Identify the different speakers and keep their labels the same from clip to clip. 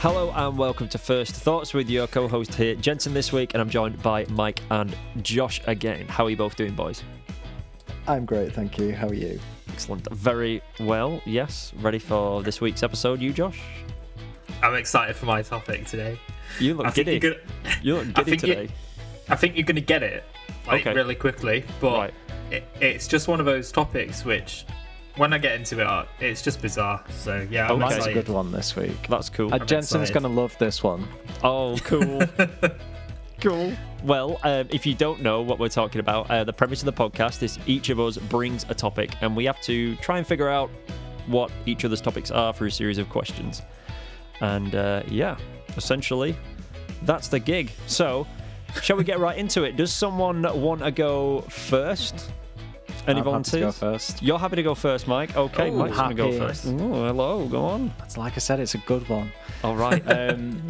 Speaker 1: Hello and welcome to First Thoughts with your co host here, Jensen, this week, and I'm joined by Mike and Josh again. How are you both doing, boys?
Speaker 2: I'm great, thank you. How are you?
Speaker 1: Excellent. Very well, yes. Ready for this week's episode, you, Josh?
Speaker 3: I'm excited for my topic today.
Speaker 1: You look
Speaker 3: I think
Speaker 1: giddy.
Speaker 3: you're gonna,
Speaker 1: You look
Speaker 3: I
Speaker 1: giddy
Speaker 3: think you-
Speaker 1: today.
Speaker 3: I think you're gonna get it like
Speaker 1: Okay.
Speaker 3: really quickly, but
Speaker 1: Right.
Speaker 3: it, it's just one of those topics which, when I get into it, I- it's just bizarre. So yeah, I'm
Speaker 1: Okay.
Speaker 2: That's a
Speaker 3: excited.
Speaker 2: good one this week.
Speaker 1: That's cool.
Speaker 2: Uh, Jensen's
Speaker 3: excited.
Speaker 2: going to love this one.
Speaker 1: Oh, cool. cool. Well, um, if you don't know what we're talking about, uh, the premise of the podcast is each of us brings a topic and we have to try and figure out what each other's topics are through a series of questions. And uh, yeah, essentially, that's the gig. So, shall we get right into it? Does someone want to go first? Any
Speaker 2: I'm happy to go
Speaker 1: volunteers?
Speaker 2: first.
Speaker 1: You're happy to go first, Mike. Okay,
Speaker 3: Ooh,
Speaker 1: Mike's going to go
Speaker 2: happy.
Speaker 1: first. Ooh, hello, go on.
Speaker 2: It's like I said, it's a good one.
Speaker 1: All right.
Speaker 2: Um,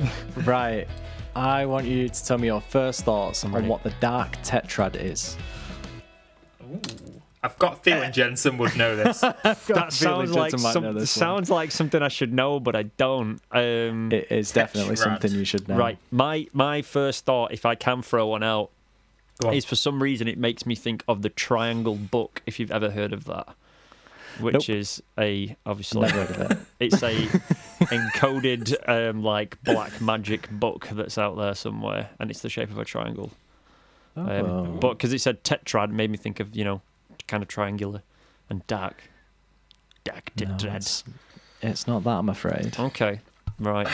Speaker 2: right. I want you to tell me your first thoughts on
Speaker 1: Right.
Speaker 2: what the dark tetrad is.
Speaker 3: I've got a
Speaker 1: Uh,
Speaker 3: feeling Jensen would know this.
Speaker 1: that sounds like some, sounds like something I should know, but I don't. Um,
Speaker 2: It is definitely
Speaker 3: Tetrad.
Speaker 2: something you should know.
Speaker 1: right, my my first thought, if I can throw one out,
Speaker 3: Go
Speaker 2: Oh.
Speaker 3: on.
Speaker 1: is for some reason it makes me think of the Triangle Book. If you've ever heard of that, which
Speaker 2: Nope.
Speaker 1: is a obviously
Speaker 2: Never heard of it.
Speaker 1: it's a encoded um, like black magic book that's out there somewhere, and it's the shape of a triangle. Um,
Speaker 2: Oh.
Speaker 1: But because it said tetrad, it made me think of you know kind of triangular and dark, dark
Speaker 2: No,
Speaker 1: tetrad.
Speaker 2: it's, it's not that, I'm afraid.
Speaker 1: Okay. Right.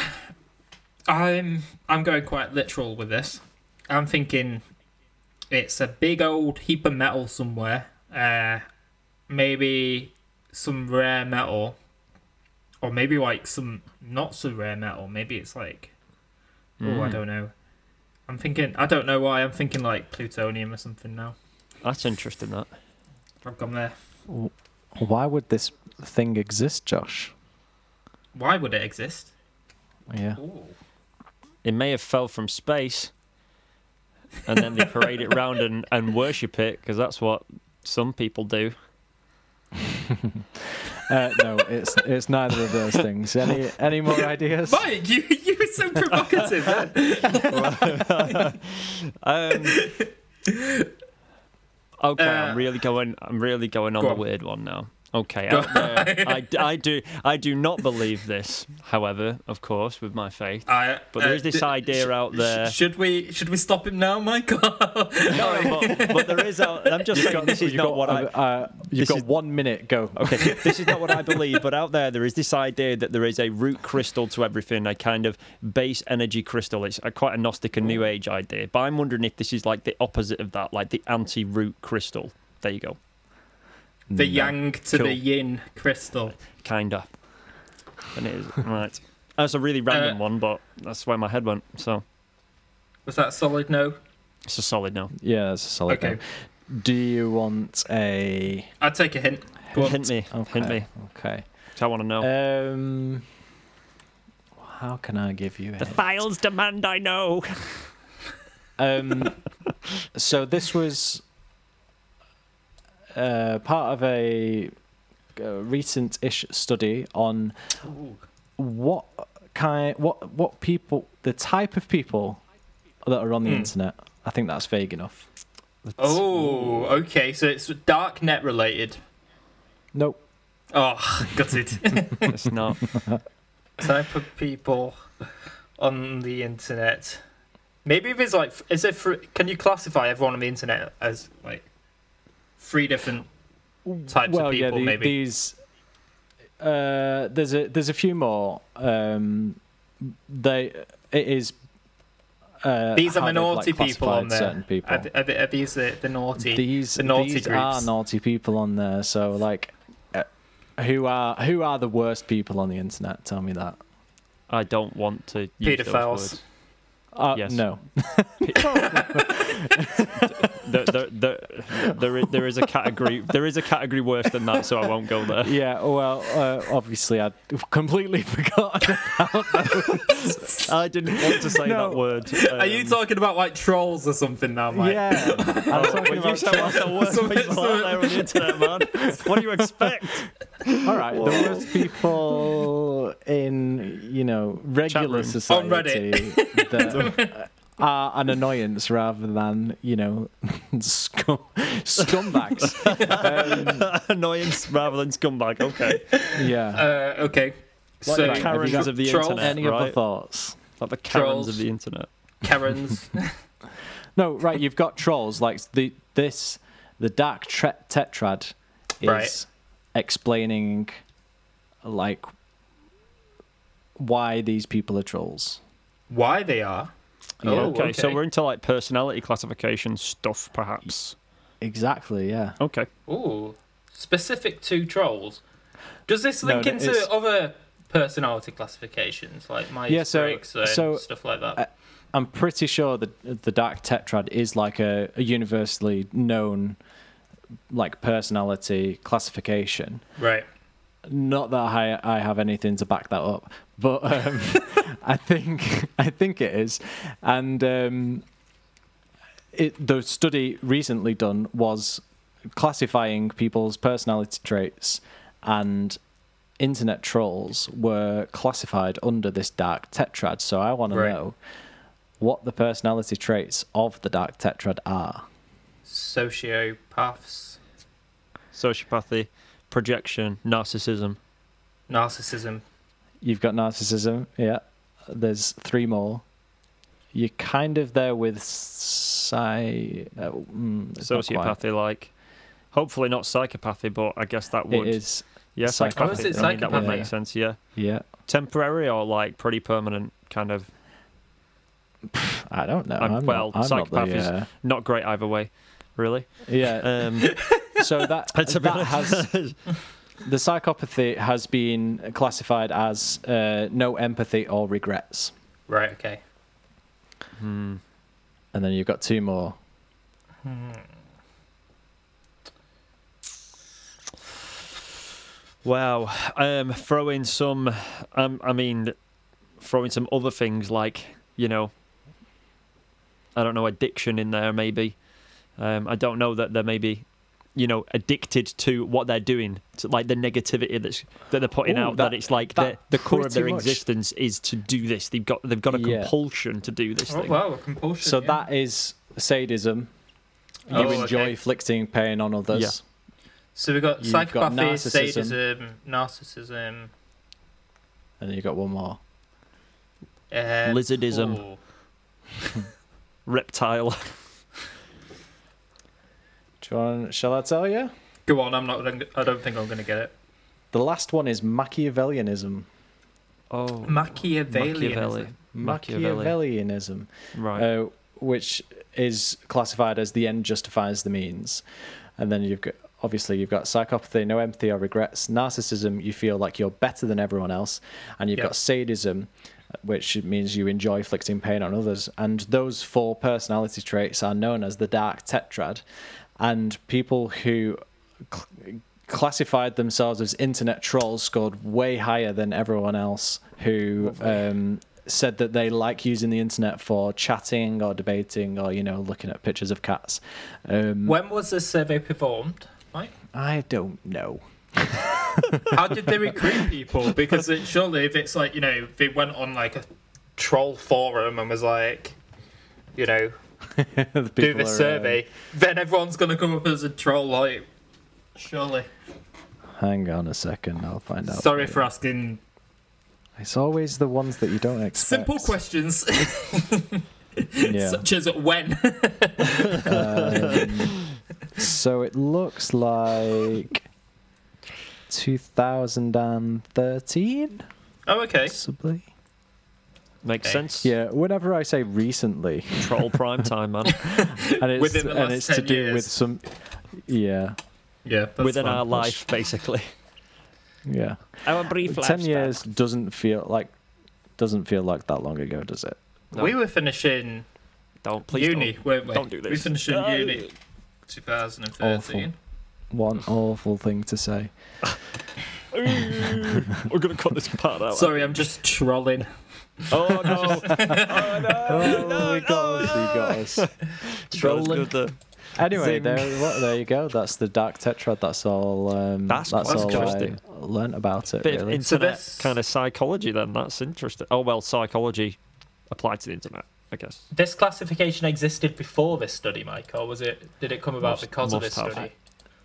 Speaker 3: I'm I'm going quite literal with this. I'm thinking it's a big old heap of metal somewhere. Uh, maybe some rare metal, or maybe like some not so rare metal. Maybe it's like oh I
Speaker 1: Mm.
Speaker 3: don't know. I'm thinking I don't know why I'm thinking like plutonium or something now.
Speaker 1: That's interesting. That
Speaker 3: I've gone there.
Speaker 2: Why would this thing exist, Josh?
Speaker 3: Why would it exist?
Speaker 2: Yeah.
Speaker 3: Ooh.
Speaker 1: it may have fell from space, and then they parade it round and and worship it because that's what some people do.
Speaker 2: Uh, no, it's it's neither of those things. Any any more ideas?
Speaker 3: Mike, you you were so provocative. then.
Speaker 1: Um, okay,
Speaker 3: Uh,
Speaker 1: I'm really going. I'm really going on
Speaker 3: go
Speaker 1: the
Speaker 3: on.
Speaker 1: weird one now. Okay, out there, I, I do. I do not believe this. However, of course, with my faith,
Speaker 3: I,
Speaker 1: but there is
Speaker 3: uh,
Speaker 1: this
Speaker 3: d-
Speaker 1: idea out
Speaker 3: Sh-
Speaker 1: there.
Speaker 3: Should we should we stop him now, Michael?
Speaker 1: No, but, but there is. Out, I'm just saying this is
Speaker 2: You've
Speaker 1: not
Speaker 2: got-
Speaker 1: what I.
Speaker 2: uh, uh, you've
Speaker 1: this
Speaker 2: got
Speaker 1: is-
Speaker 2: one minute. Go.
Speaker 1: Okay, this is not what I believe, but out there there is this idea that there is a root crystal to everything, a kind of base energy crystal. It's a, quite a Gnostic and New Age idea, but I'm wondering if this is like the opposite of that, like the anti-root crystal. There you go,
Speaker 3: the
Speaker 2: No.
Speaker 3: yang to
Speaker 1: Cool.
Speaker 3: the yin crystal.
Speaker 1: kinda. And it is right. That's a really
Speaker 3: Uh,
Speaker 1: random one, but that's where my head went. So
Speaker 3: Was that solid? No.
Speaker 1: it's a solid no.
Speaker 2: Yeah, that's a solid.
Speaker 3: Okay.
Speaker 2: Okay. Do you want a?
Speaker 3: I'd take a hint. Go on. Uh,
Speaker 1: Hint me, hint me.
Speaker 2: Okay.
Speaker 1: So I want to know.
Speaker 2: Um, how can I give you? a
Speaker 1: the
Speaker 2: hint?
Speaker 1: files demand I know.
Speaker 2: Um, so this was uh, part of a, a recent-ish study on
Speaker 3: Ooh.
Speaker 2: what kind, what what people, the type of people that are on the
Speaker 3: Hmm.
Speaker 2: internet. I think that's vague enough.
Speaker 3: Oh, okay. So it's dark net related.
Speaker 2: Nope.
Speaker 3: Oh, got it.
Speaker 1: it's not.
Speaker 3: Type of people on the internet. Maybe if it's like, is it? Fr- can you classify everyone on the internet as like three different? types of
Speaker 2: well, yeah,
Speaker 3: people,
Speaker 2: the-
Speaker 3: maybe.
Speaker 2: These uh, there's a there's a few more. Um, they it is. Uh,
Speaker 3: These are
Speaker 2: how they've,
Speaker 3: minority
Speaker 2: like,
Speaker 3: people on
Speaker 2: classified
Speaker 3: there.
Speaker 2: Certain people.
Speaker 3: Are, th- are, th- are these the, the naughty?
Speaker 2: these
Speaker 3: the naughty
Speaker 2: these are
Speaker 3: groups.
Speaker 2: naughty people on there. So like, uh, who are who are the worst people on the internet? Tell me that.
Speaker 1: I don't want to. Use those
Speaker 3: Paedophiles.
Speaker 1: words.
Speaker 2: Uh,
Speaker 1: Yes.
Speaker 2: No.
Speaker 1: there, there, there, there, is, there is a category. There is a category worse than that, so I won't go there.
Speaker 2: Yeah. Well, uh, obviously, I completely forgot.
Speaker 1: I didn't want to say
Speaker 2: No.
Speaker 1: that word. um,
Speaker 3: Are you talking about like trolls or something now, Mike?
Speaker 2: um, yeah. I'm talking
Speaker 1: you
Speaker 2: about
Speaker 1: sound like the worst
Speaker 3: Some-
Speaker 1: people out
Speaker 3: some-
Speaker 1: there on the internet, man. What do you expect?
Speaker 2: All right, the worst people in you know, regular
Speaker 1: room.
Speaker 2: society that uh, are an annoyance rather than, you know, scum, scumbags. Um,
Speaker 1: Annoyance rather than scumbag. Okay.
Speaker 2: Yeah.
Speaker 3: Uh, okay.
Speaker 1: Like
Speaker 3: so
Speaker 1: the Karens
Speaker 2: got
Speaker 1: of the
Speaker 3: trolls?
Speaker 1: internet.
Speaker 2: Any
Speaker 1: Uh, right?
Speaker 2: other thoughts?
Speaker 1: Like the Karens
Speaker 3: Trolls.
Speaker 1: of the internet.
Speaker 3: Karen's.
Speaker 2: No, right. You've got trolls like the this the dark tre- tetrad is
Speaker 3: Right.
Speaker 2: explaining like why these people are trolls.
Speaker 3: why they are.
Speaker 2: Yeah.
Speaker 3: Oh,
Speaker 1: okay, so we're into like personality classification stuff, perhaps.
Speaker 2: Exactly. Yeah.
Speaker 1: Okay.
Speaker 3: Ooh, specific to trolls. Does this
Speaker 2: No,
Speaker 3: link
Speaker 2: no,
Speaker 3: into
Speaker 2: it's-
Speaker 3: other personality classifications like Myers
Speaker 2: Yeah, so-
Speaker 3: Briggs and
Speaker 2: so,
Speaker 3: stuff like that?
Speaker 2: uh, I'm pretty sure that the dark tetrad is like a, a universally known like personality classification.
Speaker 3: right.
Speaker 2: Not that I I have anything to back that up, but um, I think I think it is, and um, it, the study recently done was classifying people's personality traits, and internet trolls were classified under this dark tetrad. So I want
Speaker 3: Right.
Speaker 2: to know what the personality traits of the dark tetrad are.
Speaker 3: Sociopaths,
Speaker 1: Sociopathy, projection, narcissism.
Speaker 3: narcissism.
Speaker 2: You've got narcissism. Yeah. There's three more. You're kind of there with psy. Uh, mm, it's not quite.
Speaker 1: Sociopathy, like. Hopefully not psychopathy, but I guess that
Speaker 2: It
Speaker 1: would.
Speaker 2: is.
Speaker 1: yeah,
Speaker 2: psychopathy.
Speaker 1: psychopathy.
Speaker 2: Oh, is
Speaker 3: it
Speaker 1: I mean, that would
Speaker 3: psychopathy?
Speaker 1: make sense, yeah.
Speaker 2: Yeah.
Speaker 1: Temporary or like pretty permanent, kind of.
Speaker 2: I don't know.
Speaker 1: I'm-
Speaker 2: I'm,
Speaker 1: well,
Speaker 2: not, I'm not
Speaker 1: psychopath
Speaker 2: the,
Speaker 1: is-
Speaker 2: uh,
Speaker 1: Not great either way, really.
Speaker 2: yeah.
Speaker 1: Um,
Speaker 2: so that
Speaker 1: to be
Speaker 2: that has
Speaker 1: honest.
Speaker 2: the psychopathy has been classified as uh, no empathy or regrets,
Speaker 3: Right. Okay.
Speaker 1: Hmm.
Speaker 2: and then you've got two more. Hmm.
Speaker 1: Wow. Um, throw in some, um, I mean, throw in some other things like, you know, I don't know, addiction in there maybe. Um, I don't know that they're maybe, you know, addicted to what they're doing, to, like the negativity that's that they're putting
Speaker 2: Ooh,
Speaker 1: out. That,
Speaker 2: that-
Speaker 1: it's like
Speaker 2: that
Speaker 1: the the core of
Speaker 2: pretty
Speaker 1: their
Speaker 2: much-
Speaker 1: existence is to do this. They've got they've got a
Speaker 2: Yeah.
Speaker 1: compulsion to do this
Speaker 3: Oh,
Speaker 1: thing.
Speaker 3: wow, a compulsion.
Speaker 2: So
Speaker 3: yeah.
Speaker 2: that is sadism. You
Speaker 3: Oh,
Speaker 2: enjoy
Speaker 3: okay.
Speaker 2: inflicting pain on others.
Speaker 3: So we've got
Speaker 2: You've got
Speaker 3: psychopathy,
Speaker 2: narcissism.
Speaker 3: sadism, narcissism,
Speaker 2: And then you got one more.
Speaker 3: uh,
Speaker 1: Lizardism.
Speaker 3: ooh.
Speaker 1: Reptile.
Speaker 2: Do you want, shall I tell you?
Speaker 3: Go on. I'm not. gonna- I don't think I'm going to get it.
Speaker 2: The last one is Machiavellianism.
Speaker 1: Oh,
Speaker 3: Machiavellianism.
Speaker 1: Machiavelli.
Speaker 2: Machiavellianism,
Speaker 1: Right.
Speaker 2: uh, which is classified as the end justifies the means. And then you've got obviously you've got psychopathy, no empathy or regrets, narcissism, you feel like you're better than everyone else, and you've
Speaker 3: Yeah.
Speaker 2: got sadism, which means you enjoy inflicting pain on others. And those four personality traits are known as the dark tetrad. And people who cl- classified themselves as internet trolls scored way higher than everyone else who um, said that they like using the internet for chatting or debating or you know looking at pictures of cats um,
Speaker 3: When was this survey performed? Mike?
Speaker 2: i don't know
Speaker 3: How did they recruit people? Because it, surely, if it's like you know, they went on like a troll forum and was like, you know,
Speaker 2: The
Speaker 3: do
Speaker 2: people
Speaker 3: this
Speaker 2: are, uh,
Speaker 3: survey,
Speaker 1: um,
Speaker 3: then everyone's gonna come up as a troll. Like, surely.
Speaker 2: hang on a second i'll find out
Speaker 3: Sorry for asking
Speaker 2: it's always the ones that you don't expect
Speaker 3: simple questions
Speaker 2: yeah.
Speaker 3: such as when.
Speaker 2: Um, so it looks like 2013
Speaker 3: oh, okay.
Speaker 2: possibly
Speaker 1: Makes
Speaker 3: okay.
Speaker 1: sense.
Speaker 2: Uh, Yeah, whenever I say recently,
Speaker 1: Troll prime time, man.
Speaker 2: and it's
Speaker 3: Within the
Speaker 2: and
Speaker 3: last
Speaker 2: it's
Speaker 3: 10
Speaker 2: to do
Speaker 3: years.
Speaker 2: with some, yeah,
Speaker 3: Yeah, that's
Speaker 1: Within
Speaker 3: fine.
Speaker 1: our life, basically.
Speaker 2: yeah,
Speaker 1: Our brief
Speaker 2: ten years doesn't feel like doesn't feel like that long ago, does it?
Speaker 3: We were finishing
Speaker 1: Don't please
Speaker 3: uni, weren't we?
Speaker 1: don't do
Speaker 3: We
Speaker 1: this.
Speaker 3: finishing
Speaker 1: No. Oh,
Speaker 3: uni, 2013.
Speaker 2: One awful thing to say.
Speaker 1: don't. We're gonna cut this part out.
Speaker 3: Sorry, I'm just trolling.
Speaker 1: Oh no! oh no!
Speaker 2: Oh, we got us, we got us.
Speaker 1: Trolling.
Speaker 2: Anyway,
Speaker 1: Zing.
Speaker 2: there, well, there you go. That's the dark tetrad. That's all. Um,
Speaker 1: That's
Speaker 2: that's
Speaker 1: quite
Speaker 2: all
Speaker 1: interesting.
Speaker 2: I learnt about it.
Speaker 1: Bit of
Speaker 2: Really.
Speaker 1: internet
Speaker 3: this-
Speaker 1: kind of psychology, then. That's interesting. Oh, well, psychology applied to the internet, I guess.
Speaker 4: This classification existed before this study, Mike, or was it? Did it come about
Speaker 1: Must-
Speaker 4: because of
Speaker 1: must
Speaker 4: this
Speaker 1: have.
Speaker 4: study?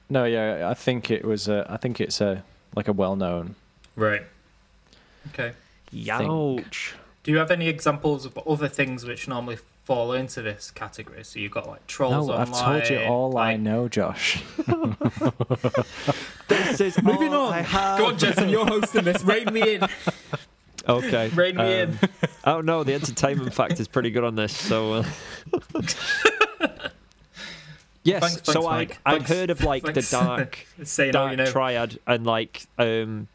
Speaker 2: No, yeah, I think it was. A, I think it's a like a well-known.
Speaker 3: Right. Okay.
Speaker 1: Youch.
Speaker 3: Do you have any examples of other things which normally fall into this category? So you've got like trolls
Speaker 2: no,
Speaker 3: online.
Speaker 2: I've told you all I
Speaker 3: like-
Speaker 2: know, Josh.
Speaker 1: This is
Speaker 3: Moving
Speaker 1: all
Speaker 3: on.
Speaker 1: I have.
Speaker 3: Go on, Jason, you're hosting this. Rein me in.
Speaker 1: Okay.
Speaker 3: Rein me in.
Speaker 1: Oh no, the entertainment fact is pretty good on this. So. Uh... yes.
Speaker 3: Thanks-
Speaker 1: so
Speaker 3: thanks,
Speaker 1: I
Speaker 3: Mike.
Speaker 1: I've
Speaker 3: Thanks-
Speaker 1: heard of like
Speaker 3: thanks.
Speaker 1: the dark
Speaker 3: Saying all
Speaker 1: dark
Speaker 3: you know.
Speaker 1: triad and like um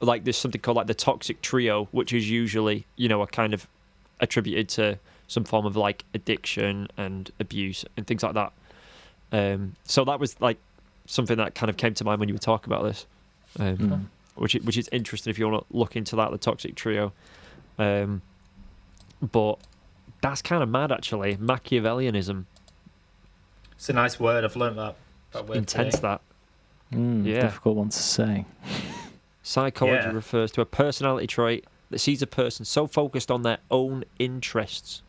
Speaker 1: like there's something called like the toxic trio, which is usually you know are kind of attributed to some form of like addiction and abuse and things like that. Um, so that was like something that kind of came to mind when you were talking about this. Um,
Speaker 2: Mm.
Speaker 1: which is, which is interesting if you want to look into that the toxic trio um but that's kind of mad actually machiavellianism
Speaker 3: It's a nice word. I've learned that. that word
Speaker 1: intense
Speaker 3: today.
Speaker 1: that
Speaker 2: Mm,
Speaker 1: Yeah.
Speaker 2: Difficult one to say.
Speaker 1: psychology
Speaker 3: Yeah.
Speaker 1: refers to a personality trait that sees a person so focused on their own interests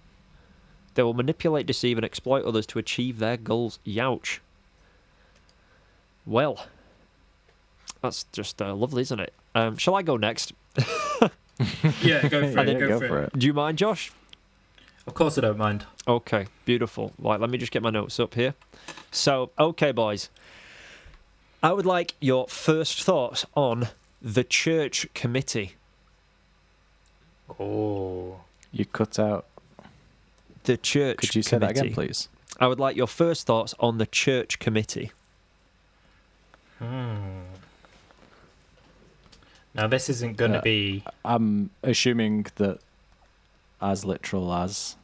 Speaker 1: they will manipulate deceive and exploit others to achieve their goals youch well that's just uh, lovely isn't it um, shall i go next
Speaker 3: Yeah, go for
Speaker 2: Yeah,
Speaker 3: it. go, for, it.
Speaker 1: do you mind josh
Speaker 3: Of course, I don't mind.
Speaker 1: Okay, beautiful. Right, let me just get my notes up here. So, okay, boys, I would like your first thoughts on the church committee.
Speaker 4: Oh,
Speaker 2: You cut out.
Speaker 1: The church.
Speaker 2: Could you say that again,
Speaker 1: committee.
Speaker 2: please?
Speaker 1: I would like your first thoughts on the church committee.
Speaker 4: now this isn't going to
Speaker 2: Uh,
Speaker 4: be.
Speaker 2: I'm assuming that as literal as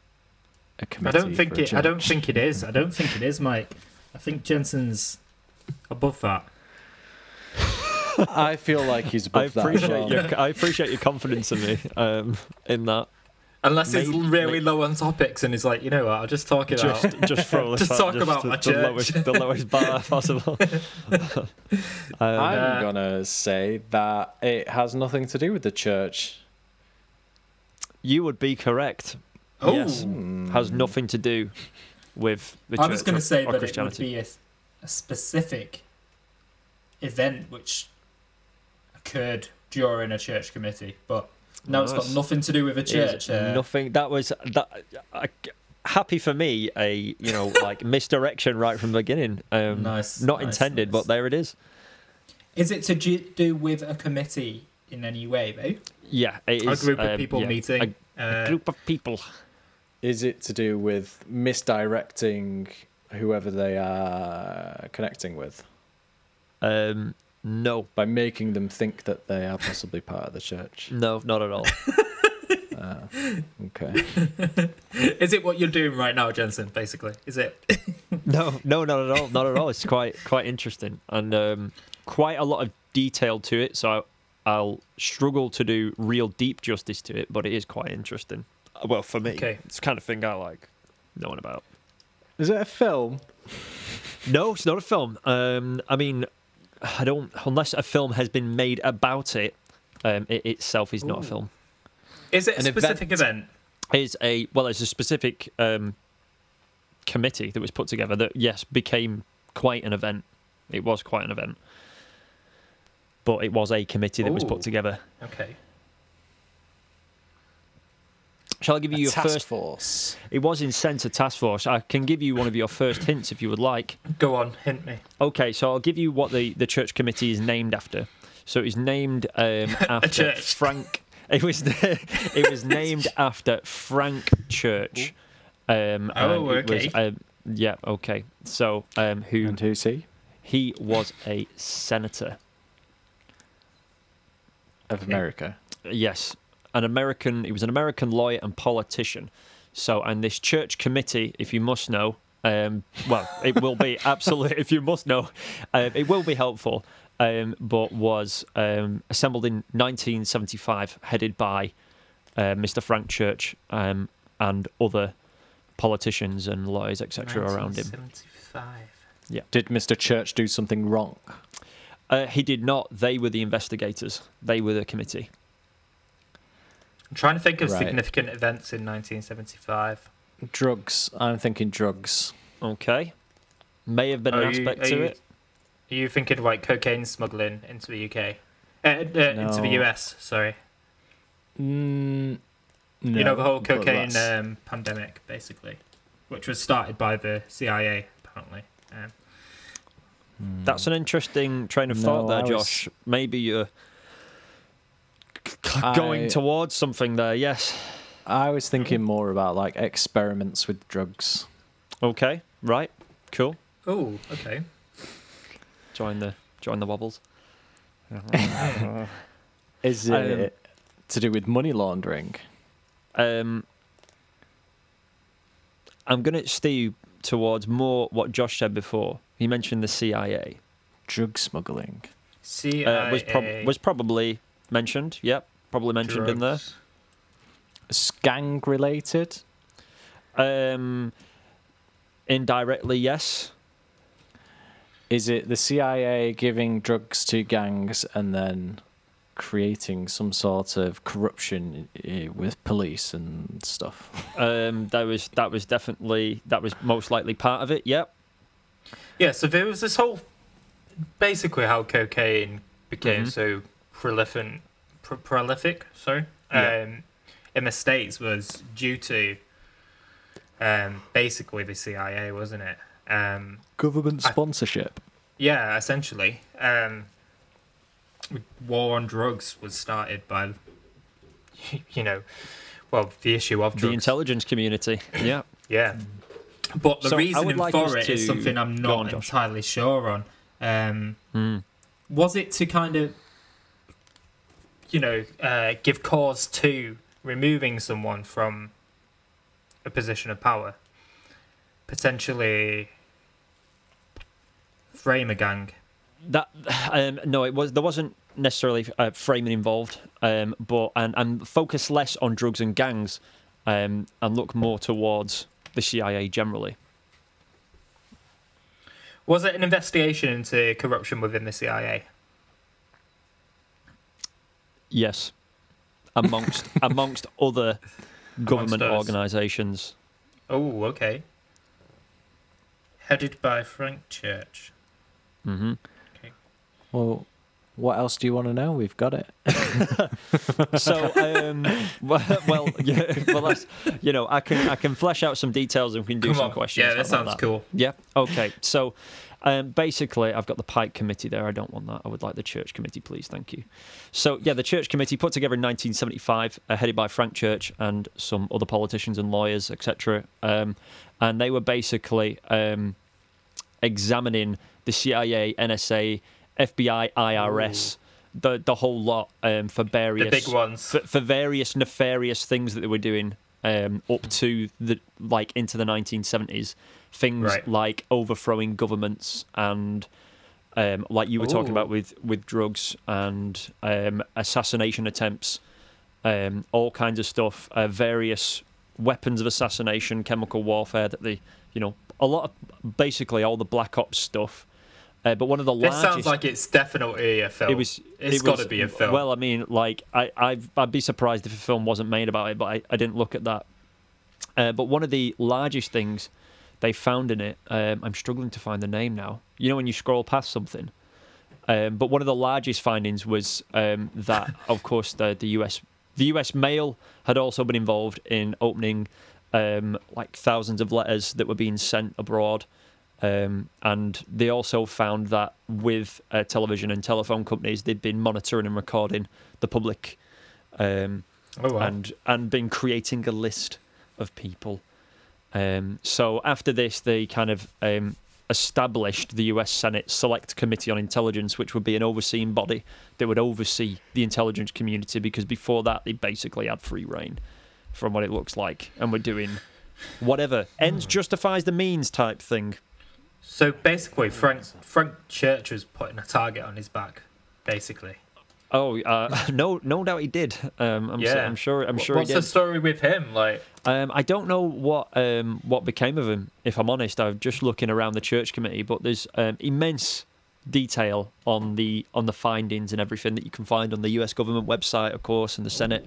Speaker 2: a
Speaker 3: I
Speaker 2: committee.
Speaker 3: don't think
Speaker 2: for a
Speaker 3: it. I don't
Speaker 2: church.
Speaker 3: think it is. I don't think it is, Mike. I think Jensen's above that.
Speaker 2: I feel like he's above
Speaker 1: I
Speaker 2: that. as
Speaker 1: appreciate
Speaker 2: well.
Speaker 1: your I appreciate your confidence in me um, in that.
Speaker 3: Unless he's
Speaker 1: Maybe-
Speaker 3: really low on topics and he's like, you know what? I'll just talk it out.
Speaker 1: Just just throw this
Speaker 3: Just
Speaker 1: out,
Speaker 3: talk
Speaker 1: just
Speaker 3: about
Speaker 1: the,
Speaker 3: my
Speaker 1: the
Speaker 3: church.
Speaker 1: lowest the lowest bar possible. um,
Speaker 2: I'm
Speaker 3: Uh,
Speaker 2: gonna say that it has nothing to do with the church.
Speaker 1: you would be correct.
Speaker 3: Oh,
Speaker 1: Yes.
Speaker 2: Mm.
Speaker 1: Has nothing to do with the
Speaker 3: I
Speaker 1: church
Speaker 3: was going
Speaker 1: or-
Speaker 3: to say
Speaker 1: or
Speaker 3: that it would
Speaker 1: Christianity.
Speaker 3: be a, a specific event which occurred during a church committee, but no, it's
Speaker 1: Nice.
Speaker 3: got nothing to do with a
Speaker 1: is
Speaker 3: church. Uh,
Speaker 1: Nothing. That was that. I, happy for me, a you know like misdirection right from the beginning. Um,
Speaker 3: Nice,
Speaker 1: Not
Speaker 3: nice,
Speaker 1: intended,
Speaker 3: nice.
Speaker 1: but there it is.
Speaker 3: Is it to ju- do with a committee in any way, though?
Speaker 1: Yeah, it
Speaker 3: A
Speaker 1: is.
Speaker 3: group of
Speaker 1: um,
Speaker 3: people
Speaker 1: yeah,
Speaker 3: meeting.
Speaker 1: A
Speaker 3: uh,
Speaker 1: group of people.
Speaker 2: Is it to do with misdirecting whoever they are connecting with
Speaker 1: Um, no,
Speaker 2: by making them think that they are possibly part of the church?
Speaker 1: no, not at all.
Speaker 2: Uh, okay.
Speaker 3: Is it what you're doing right now, Jensen? Basically, is it?
Speaker 1: no, no, not at all. Not at all. It's quite quite interesting and um, quite a lot of detail to it. So I, I'll struggle to do real deep justice to it, but it is quite interesting. Uh, Well, for me,
Speaker 3: Okay.
Speaker 1: it's the kind of thing I like knowing about.
Speaker 2: Is it a film?
Speaker 1: No, it's not a film. Um, I mean, I don't unless a film has been made about it. Um, it itself is not a
Speaker 3: Ooh.
Speaker 1: film.
Speaker 3: Is it a
Speaker 2: An
Speaker 3: specific event?
Speaker 1: It's a well, it's a specific um, committee that was put together that yes became quite an event. It was quite an event, but it was a committee that was
Speaker 3: Ooh.
Speaker 1: put together.
Speaker 3: Okay.
Speaker 1: Shall I give
Speaker 2: A
Speaker 1: you your
Speaker 2: task
Speaker 1: first?
Speaker 2: force.
Speaker 1: It was in Centre Task Force. I can give you one of your first hints if you would like.
Speaker 3: Go on, hint me.
Speaker 1: Okay, so I'll give you what the, the church committee is named after. So it was named um, after
Speaker 3: church.
Speaker 1: Frank. It was it was named after Frank Church. Um,
Speaker 3: Oh,
Speaker 1: and it was,
Speaker 3: okay.
Speaker 1: um, yeah, okay. So um, who
Speaker 2: And who's he?
Speaker 1: he was a senator.
Speaker 2: Of America.
Speaker 1: Yes, an American. He was an American lawyer and politician. So, and this church committee, if you must know, um, well, it will be absolutely. If you must know, um, it will be helpful. Um, but was um, assembled in 1975, headed by uh, Mr. Frank Church um, and other politicians and lawyers, etc., around him.
Speaker 3: 1975.
Speaker 2: Did Mr. Church do something wrong?
Speaker 1: Uh, he did not. They were the investigators. They were the committee.
Speaker 3: I'm trying to think of
Speaker 2: Right.
Speaker 3: significant events in 1975.
Speaker 2: Drugs. I'm thinking drugs.
Speaker 1: Okay. May have been an
Speaker 3: Are you-
Speaker 1: aspect
Speaker 3: are
Speaker 1: to
Speaker 3: you-
Speaker 1: it.
Speaker 3: Are you thinking of like cocaine smuggling into the UK? Uh, uh, Into the
Speaker 2: No.
Speaker 3: US, sorry.
Speaker 2: Mm, no,
Speaker 3: you know the whole
Speaker 2: but
Speaker 3: cocaine
Speaker 2: that's-
Speaker 3: um, pandemic, basically, which was started by the CIA, apparently. Um,
Speaker 2: Mm.
Speaker 1: That's an interesting train of
Speaker 2: No,
Speaker 1: thought there,
Speaker 2: I was-
Speaker 1: Josh. Maybe you're c- c-
Speaker 2: I-
Speaker 1: going towards something there. Yes.
Speaker 2: I was thinking more about like experiments with drugs.
Speaker 1: Okay. Right. Cool.
Speaker 3: oh, okay.
Speaker 1: Join the join the wobbles.
Speaker 2: Is
Speaker 1: Um,
Speaker 2: it to do with money laundering?
Speaker 1: Um, I'm going to steer towards more what Josh said before. He mentioned the CIA.
Speaker 2: Drug smuggling.
Speaker 3: CIA
Speaker 1: Uh, was prob- was probably mentioned. Yep, probably mentioned in there.
Speaker 3: drugs.
Speaker 2: Gang related?
Speaker 1: Um, indirectly, yes.
Speaker 2: Is it the CIA giving drugs to gangs and then creating some sort of corruption eh, with police and stuff?
Speaker 1: Um, that was that was definitely that was most likely part of it. Yep.
Speaker 3: Yeah, so there was this whole basically how cocaine became
Speaker 1: Mhm.
Speaker 3: so prolific, pr- prolific. Sorry,
Speaker 1: Yeah.
Speaker 3: um, in the states was due to um, basically the CIA, wasn't it? Um,
Speaker 2: Government
Speaker 3: I-
Speaker 2: sponsorship.
Speaker 3: yeah, essentially, um, war on drugs was started by you know, well, the issue of
Speaker 1: The
Speaker 3: drugs.
Speaker 1: intelligence community. Yeah.
Speaker 3: Yeah. But the
Speaker 1: So I
Speaker 3: reasoning
Speaker 1: would like us
Speaker 3: for it is
Speaker 1: to-
Speaker 3: something I'm
Speaker 1: Go
Speaker 3: not
Speaker 1: on, Josh.
Speaker 3: entirely sure on. Um,
Speaker 1: Mm.
Speaker 3: Was it to kind of, you know, uh, give cause to removing someone from a position of power? Potentially frame a gang.
Speaker 1: That um, no, it was there wasn't necessarily uh, framing involved, um, but and and focus less on drugs and gangs, um, and look more towards the CIA generally.
Speaker 3: Was it an investigation into corruption within the CIA?
Speaker 1: Yes, amongst amongst other government
Speaker 3: us.
Speaker 1: organisations.
Speaker 3: Oh, okay. Headed by Frank Church.
Speaker 1: hmm
Speaker 2: Well, what else do you want to know? We've got it.
Speaker 1: So, um, well, well, yeah, well, that's you know, I can I can flesh out some details and we can do some questions.
Speaker 3: Yeah,
Speaker 1: How
Speaker 3: that
Speaker 1: about
Speaker 3: sounds cool.
Speaker 1: Yeah. Okay. So, um, basically, I've got the Pike Committee there. I don't want that. I would like the Church Committee, please. Thank you. So, yeah, the Church Committee put together in 1975, uh, headed by Frank Church and some other politicians and lawyers, etc. Um, and they were basically um, examining the CIA, NSA, FBI, IRS, the the whole lot um, for various
Speaker 3: The big ones.
Speaker 1: for, for various nefarious things that they were doing um, up to the like into the 1970s things
Speaker 3: Right.
Speaker 1: like overthrowing governments and um, like you were talking
Speaker 3: Ooh.
Speaker 1: about with with drugs and um, assassination attempts um, all kinds of stuff uh, various weapons of assassination chemical warfare that they you know a lot of basically all the black ops stuff uh, but one of the
Speaker 3: This
Speaker 1: largest
Speaker 3: sounds like it's definitely a film.
Speaker 1: it was.
Speaker 3: It's
Speaker 1: it
Speaker 3: got
Speaker 1: was-
Speaker 3: to be a film.
Speaker 1: Well, I mean, like I, I've, I'd be surprised if a film wasn't made about it, but I, I didn't look at that. Uh, but one of the largest things they found in it, um, I'm struggling to find the name now. You know, when you scroll past something. Um, but one of the largest findings was um, that, of course, the, the U.S. the U.S. mail had also been involved in opening um, like thousands of letters that were being sent abroad. Um, and they also found that with uh, television and telephone companies, they'd been monitoring and recording the public um,
Speaker 3: oh, wow.
Speaker 1: and and been creating a list of people. Um, so after this, they kind of um, established the U.S. Senate Select Committee on Intelligence, which would be an overseeing body that would oversee the intelligence community. Because before that, they basically had free reign, from what it looks like, and were doing whatever ends justifies the means type thing.
Speaker 3: so basically, Frank Frank Church was putting a target on his back, basically.
Speaker 1: Oh, uh, no, no doubt he did. Um, I'm, s-
Speaker 4: Yeah.
Speaker 1: I'm sure. I'm sure
Speaker 4: What's
Speaker 1: he
Speaker 4: the
Speaker 1: did.
Speaker 4: story with him? Like,
Speaker 1: Um, I don't know what um, what became of him. If I'm honest, I'm just looking around the church committee, but there's um, immense detail on the on the findings and everything that you can find on the U.S. government website, of course, and the Senate.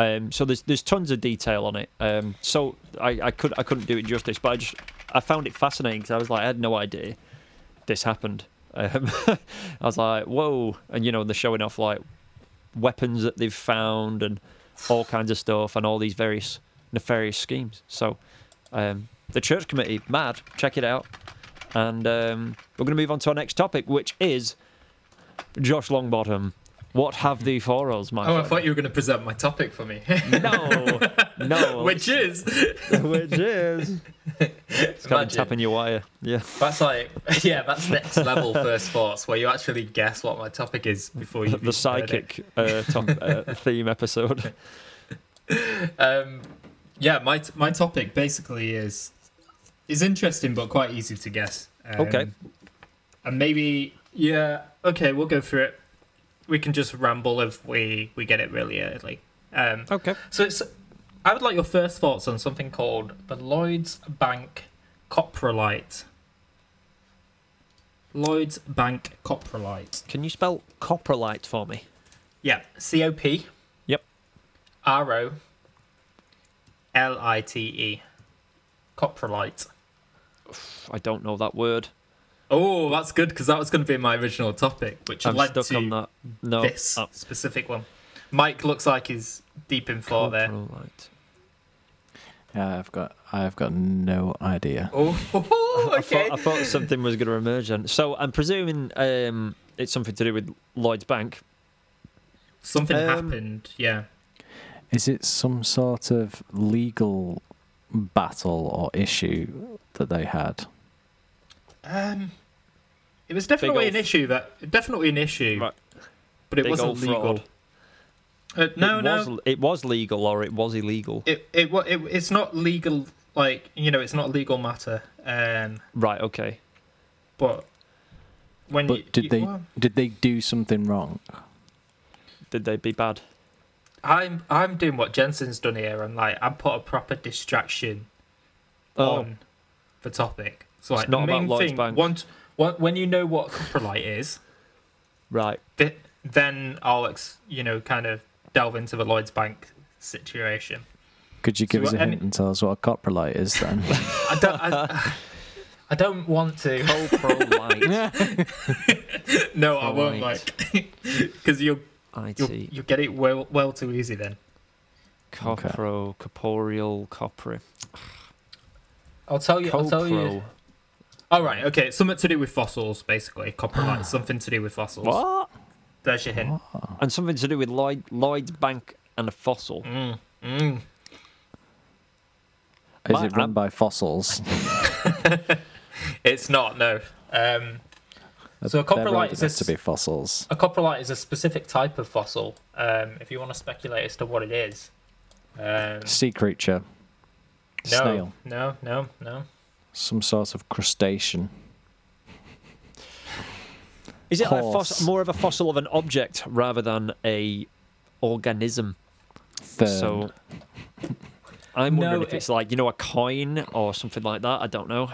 Speaker 1: Um, so there's there's tons of detail on it. Um, so I, I could I couldn't do it justice, but I just I found it fascinating because I was like I had no idea this happened. Um, I was like whoa, and you know they're showing off like weapons that they've found and all kinds of stuff and all these various nefarious schemes. So, um, the church committee, mad. Check it out. And um, we're going to move on to our next topic, which is Josh Longbottom. What have thee for us, my
Speaker 3: Oh, I
Speaker 1: friend?
Speaker 3: thought you were going to present my topic for me,
Speaker 1: No, no.
Speaker 3: which is
Speaker 1: which is kind of
Speaker 4: imagine.
Speaker 1: tapping your wire. Yeah.
Speaker 4: That's like, yeah, that's next level first thoughts where you actually guess what my topic is before you.
Speaker 1: The psychic uh, top, uh, theme episode.
Speaker 4: Um,
Speaker 3: yeah. My t- my topic basically is is interesting but quite easy to guess. Um,
Speaker 1: Okay.
Speaker 3: and maybe yeah. Okay, we'll go through it. We can just ramble if we we get it really early. Um,
Speaker 1: Okay.
Speaker 3: so it's
Speaker 4: I would like your first thoughts on something called the Lloyd's Bank
Speaker 3: coprolite. Lloyd's Bank coprolite.
Speaker 1: Can you spell coprolite for me?
Speaker 3: Yeah,
Speaker 4: C O P.
Speaker 1: Yep.
Speaker 4: R O
Speaker 3: L I T E.
Speaker 4: coprolite.
Speaker 1: I don't know that word.
Speaker 3: Oh, that's good because that was going to be my original topic, which
Speaker 1: I'm
Speaker 3: led
Speaker 1: stuck
Speaker 3: to
Speaker 1: on that. No.
Speaker 3: this
Speaker 1: Oh,
Speaker 3: specific one. Mike looks like he's deep in thought there.
Speaker 1: coprolite.
Speaker 2: Yeah, I've got I've got no idea.
Speaker 3: Oh, okay.
Speaker 1: I thought something was going to emerge then. So I'm presuming um, it's something to do with Lloyd's Bank.
Speaker 3: Something
Speaker 1: Um,
Speaker 3: happened. Yeah.
Speaker 2: Is it some sort of legal battle or issue that they had?
Speaker 3: Um, it was definitely
Speaker 1: old-
Speaker 3: an issue that definitely an issue,
Speaker 1: Right.
Speaker 3: but it
Speaker 1: Big
Speaker 3: wasn't
Speaker 1: old
Speaker 3: legal.
Speaker 1: fraud.
Speaker 3: Uh, no,
Speaker 1: it
Speaker 3: no,
Speaker 1: Was, it was legal or it was illegal.
Speaker 3: it, it wa- it it's not legal. Like you know, it's not a legal matter. Um,
Speaker 1: right. Okay.
Speaker 3: but when you,
Speaker 2: But did
Speaker 3: you-
Speaker 2: they
Speaker 3: well,
Speaker 2: did they do something wrong?
Speaker 1: Did they be bad?
Speaker 3: I'm I'm doing what Jensen's done here, and like I put a proper distraction
Speaker 1: Oh,
Speaker 3: on the topic. So
Speaker 1: It's
Speaker 3: like
Speaker 1: not
Speaker 3: the
Speaker 1: about
Speaker 3: main
Speaker 1: Lloyds
Speaker 3: thing,
Speaker 1: Bank.
Speaker 3: once, on- when you know what coprolite is,
Speaker 1: right.
Speaker 3: th- then I'll ex- you know kind of delve into the Lloyd's Bank situation.
Speaker 2: Could you give
Speaker 3: So
Speaker 2: us a
Speaker 3: any-
Speaker 2: hint and tell us what a coprolite is then?
Speaker 3: I don't I,
Speaker 4: I don't want to.
Speaker 1: Coprolite.
Speaker 3: no, I won't
Speaker 1: Right.
Speaker 3: like because you'll, you'll
Speaker 1: IT.
Speaker 3: you'll get it well well too easy then.
Speaker 1: Copro. Corporeal. Copri.
Speaker 4: I'll tell
Speaker 1: Oh,
Speaker 4: you. I'll tell you.
Speaker 1: Copro.
Speaker 3: All right, okay, something to do with fossils basically. Coprolite, something to do with fossils.
Speaker 1: What?
Speaker 3: There's your hint.
Speaker 1: And something to do with Lloyd, Lloyd's Bank and a fossil.
Speaker 3: Mm, mm.
Speaker 2: Is
Speaker 1: My-
Speaker 2: it run
Speaker 1: I'm-
Speaker 2: by fossils?
Speaker 3: It's not no.
Speaker 4: Um, So a coprolite
Speaker 2: They're old
Speaker 4: is
Speaker 2: enough
Speaker 4: this-
Speaker 2: to be fossils.
Speaker 4: A coprolite is a specific type of fossil. Um, if you want to speculate as to what it is, um,
Speaker 2: Sea creature.
Speaker 4: no,
Speaker 2: Snail.
Speaker 4: no, no, no.
Speaker 2: Some sort of crustacean.
Speaker 1: Is it like a
Speaker 2: Horse.
Speaker 1: fossil, more of a fossil of an object rather than a organism?
Speaker 2: Fern.
Speaker 1: So I'm
Speaker 4: No,
Speaker 1: wondering if
Speaker 4: it-
Speaker 1: it's like, you know, a coin or something like that. I don't know.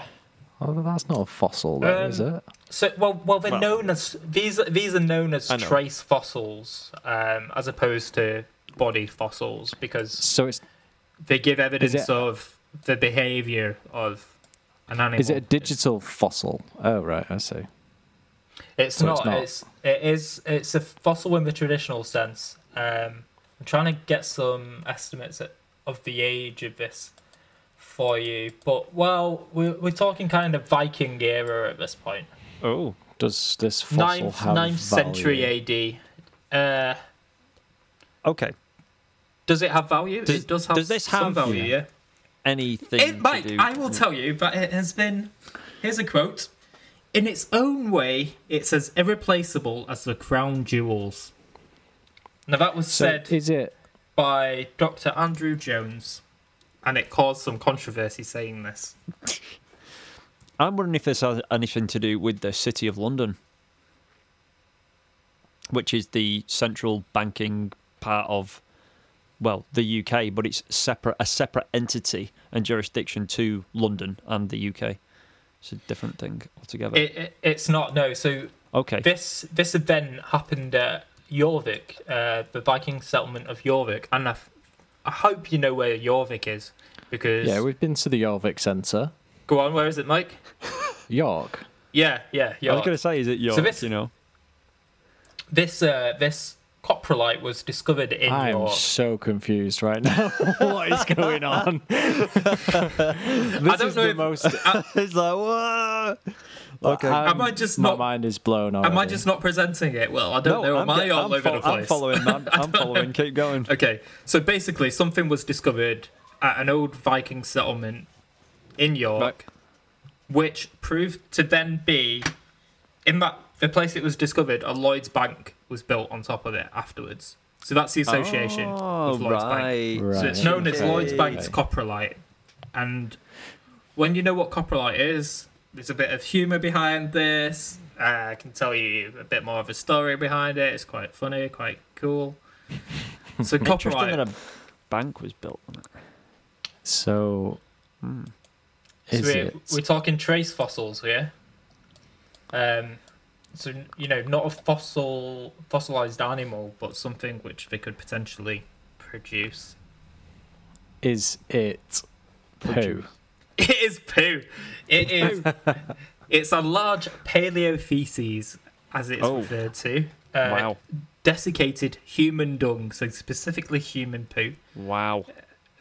Speaker 2: Oh, that's not a fossil, though, is
Speaker 4: Um,
Speaker 2: it?
Speaker 4: So well, well, they're
Speaker 1: Well-
Speaker 4: known as these. These are known as
Speaker 1: I know.
Speaker 4: trace fossils, um, as opposed to body fossils, because
Speaker 2: So it's
Speaker 3: They give evidence
Speaker 2: it-
Speaker 3: of the behavior of an animal.
Speaker 2: is it a digital fossil? Oh right, I see.
Speaker 4: it's
Speaker 2: So it's
Speaker 4: not.
Speaker 2: not.
Speaker 4: It's, it is. It's a fossil in the traditional sense. Um, I'm trying to get some estimates at- of the age of this for you, but well, we're we're talking kind of Viking era at this point.
Speaker 1: Oh.
Speaker 2: Does this fossil
Speaker 4: ninth,
Speaker 2: have
Speaker 4: ninth
Speaker 2: value?
Speaker 4: century AD. Uh,
Speaker 1: Okay.
Speaker 3: Does it have value?
Speaker 1: Does-
Speaker 3: it does have.
Speaker 1: does this
Speaker 3: some
Speaker 1: have-
Speaker 3: value? Yeah.
Speaker 1: Anything.
Speaker 3: It, Mike,
Speaker 1: to do...
Speaker 3: I will tell you that it has been. Here's a quote. In its own way, it's as irreplaceable as the crown jewels. Now that was
Speaker 2: So
Speaker 3: said
Speaker 2: is it?
Speaker 3: by Dr. Andrew Jones, and it caused some controversy saying this.
Speaker 1: I'm wondering if this has anything to do with the City of London. which is the central banking part of well the UK, but it's separate a separate entity and jurisdiction to London and the UK. It's a different thing altogether.
Speaker 4: It, it, it's not no. So
Speaker 1: okay,
Speaker 4: this this event happened at Jorvik, uh, the Viking settlement of Jorvik, and I, f- I hope you know where Jorvik is because
Speaker 2: Yeah, we've been to the Jorvik Centre.
Speaker 4: go on, where is it, Mike?
Speaker 2: York.
Speaker 4: Yeah, yeah,
Speaker 1: I was
Speaker 4: Jorvik.
Speaker 1: going to say, is it York?
Speaker 4: this-
Speaker 1: you know,
Speaker 4: This uh, this coprolite was discovered in
Speaker 2: I'm
Speaker 4: York.
Speaker 2: so confused right now. what is going on? this
Speaker 3: don't
Speaker 2: is
Speaker 3: know
Speaker 2: the
Speaker 3: if-
Speaker 2: most.
Speaker 1: it's like whoa. Okay.
Speaker 2: I'm-
Speaker 3: Am I just
Speaker 2: my
Speaker 3: not-
Speaker 2: mind is blown already.
Speaker 3: Am I just not presenting it? Well, I don't know. Am
Speaker 1: get-
Speaker 3: I all over
Speaker 1: fol-
Speaker 3: the place?
Speaker 1: I'm following, man. I'm following. Keep going.
Speaker 3: Okay, so basically, something was discovered at an old Viking settlement in York,
Speaker 1: Right.
Speaker 3: which proved to then be in that the place it was discovered. A Lloyd's Bank was built on top of it afterwards. So that's the association
Speaker 1: Oh,
Speaker 3: with Lloyd's Bank.
Speaker 1: right.
Speaker 2: Right.
Speaker 3: So it's known as
Speaker 1: Okay.
Speaker 3: Lloyd's Bank's
Speaker 2: Okay.
Speaker 3: Coprolite. And when you know what Coprolite is, there's a bit of humour behind this. Uh, I can tell you a bit more of a story behind it. It's quite funny, quite cool. So
Speaker 1: Interesting that
Speaker 3: Coprolite.
Speaker 1: a bank was built on it.
Speaker 2: So. Hmm.
Speaker 4: So
Speaker 2: Is
Speaker 4: we're,
Speaker 2: it?
Speaker 4: we're talking trace fossils here. Um, so you know, not a fossil fossilized animal,
Speaker 3: But something which they could potentially produce.
Speaker 2: Is it? Poo.
Speaker 3: It is poo. It is. it's a large paleo feces, as it's
Speaker 1: Oh.
Speaker 3: referred to.
Speaker 4: uh,
Speaker 1: wow.
Speaker 3: Desiccated human dung, so specifically human poo.
Speaker 1: Wow.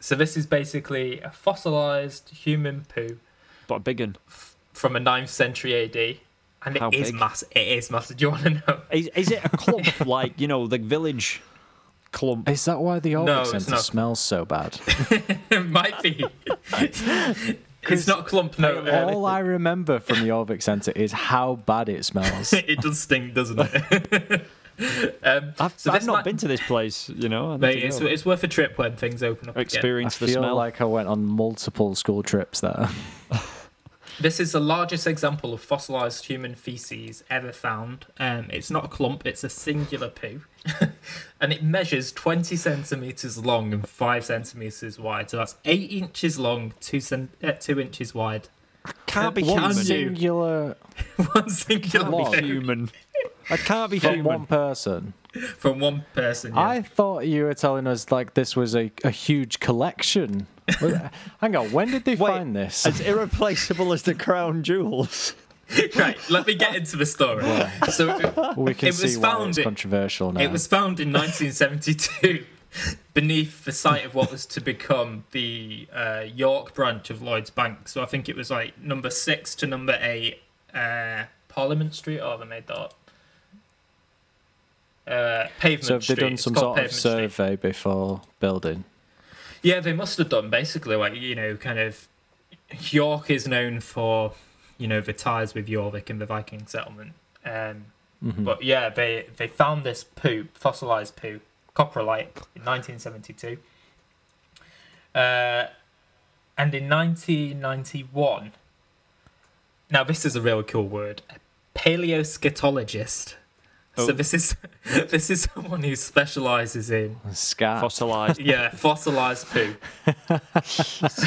Speaker 4: So this is basically a fossilized human poo
Speaker 1: But a big one.
Speaker 4: from a 9th century AD, and it is
Speaker 1: How big?
Speaker 4: mass. It is massive. Do you want to know?
Speaker 1: Is, is it a clump like, you know, the village clump?
Speaker 2: Is that why the York
Speaker 3: No, it's
Speaker 2: Centre
Speaker 3: not.
Speaker 2: smells so bad?
Speaker 3: It might be. it's not clump
Speaker 4: No,
Speaker 3: no.
Speaker 4: uh,
Speaker 3: uh,
Speaker 2: All I remember from the Jorvik Centre is how bad it smells.
Speaker 3: it does sting, doesn't it? um,
Speaker 1: I've,
Speaker 3: so
Speaker 1: I've
Speaker 3: this
Speaker 1: not
Speaker 3: might-
Speaker 1: been to this place, you know. I need
Speaker 3: mate,
Speaker 1: to
Speaker 3: it's,
Speaker 1: go.
Speaker 3: it's worth a trip when things open up. Again.
Speaker 2: I
Speaker 1: Experience the
Speaker 2: feel
Speaker 1: smell.
Speaker 2: like I went on multiple school trips there.
Speaker 3: This is the largest example of fossilized human feces ever found. Um, it's not a clump, it's a singular poo. and it measures 20 centimeters long and 5 centimeters wide. So that's 8 inches long, 2, cent- uh, two inches wide.
Speaker 1: can't be
Speaker 3: What
Speaker 1: human.
Speaker 2: One
Speaker 3: do you-
Speaker 2: singular
Speaker 3: one singular
Speaker 2: Can't
Speaker 1: Can't be
Speaker 3: poo
Speaker 1: human. I can't be
Speaker 2: from one
Speaker 1: human.
Speaker 2: person.
Speaker 3: from one person. Yeah.
Speaker 2: I thought you were telling us like this was a, a huge collection. Hang on, when did they find this?
Speaker 1: As irreplaceable as the crown jewels.
Speaker 3: right, let me get into the story. So
Speaker 2: we can
Speaker 3: it was
Speaker 2: see why
Speaker 3: found-
Speaker 2: it's
Speaker 3: it-
Speaker 2: controversial now.
Speaker 3: It was found in 1972 beneath the site of what was to become the uh, York branch of Lloyd's Bank. So I think it was like number six to number eight. Uh,
Speaker 4: Parliament Street. Oh, they made that. up. Uh, pavement
Speaker 2: so have they
Speaker 4: Street.
Speaker 2: done
Speaker 4: It's
Speaker 2: some
Speaker 4: called
Speaker 2: sort of
Speaker 4: Pavement Street.
Speaker 2: survey before building?
Speaker 3: yeah, they must have done basically like, you know, kind of York is known for, you know, the ties with Jorvik and the Viking settlement.
Speaker 4: Um,
Speaker 2: Mhm.
Speaker 4: But yeah, they they found this poo, fossilized poo, coprolite, in 1972. Uh, and in 1991,
Speaker 3: Now, this is a real cool word. A paleoschatologist.
Speaker 1: Oh.
Speaker 3: So this is this is someone who specializes in Ah.
Speaker 2: Scar.
Speaker 1: Fossilized.
Speaker 3: yeah, fossilized poo.
Speaker 1: Oh,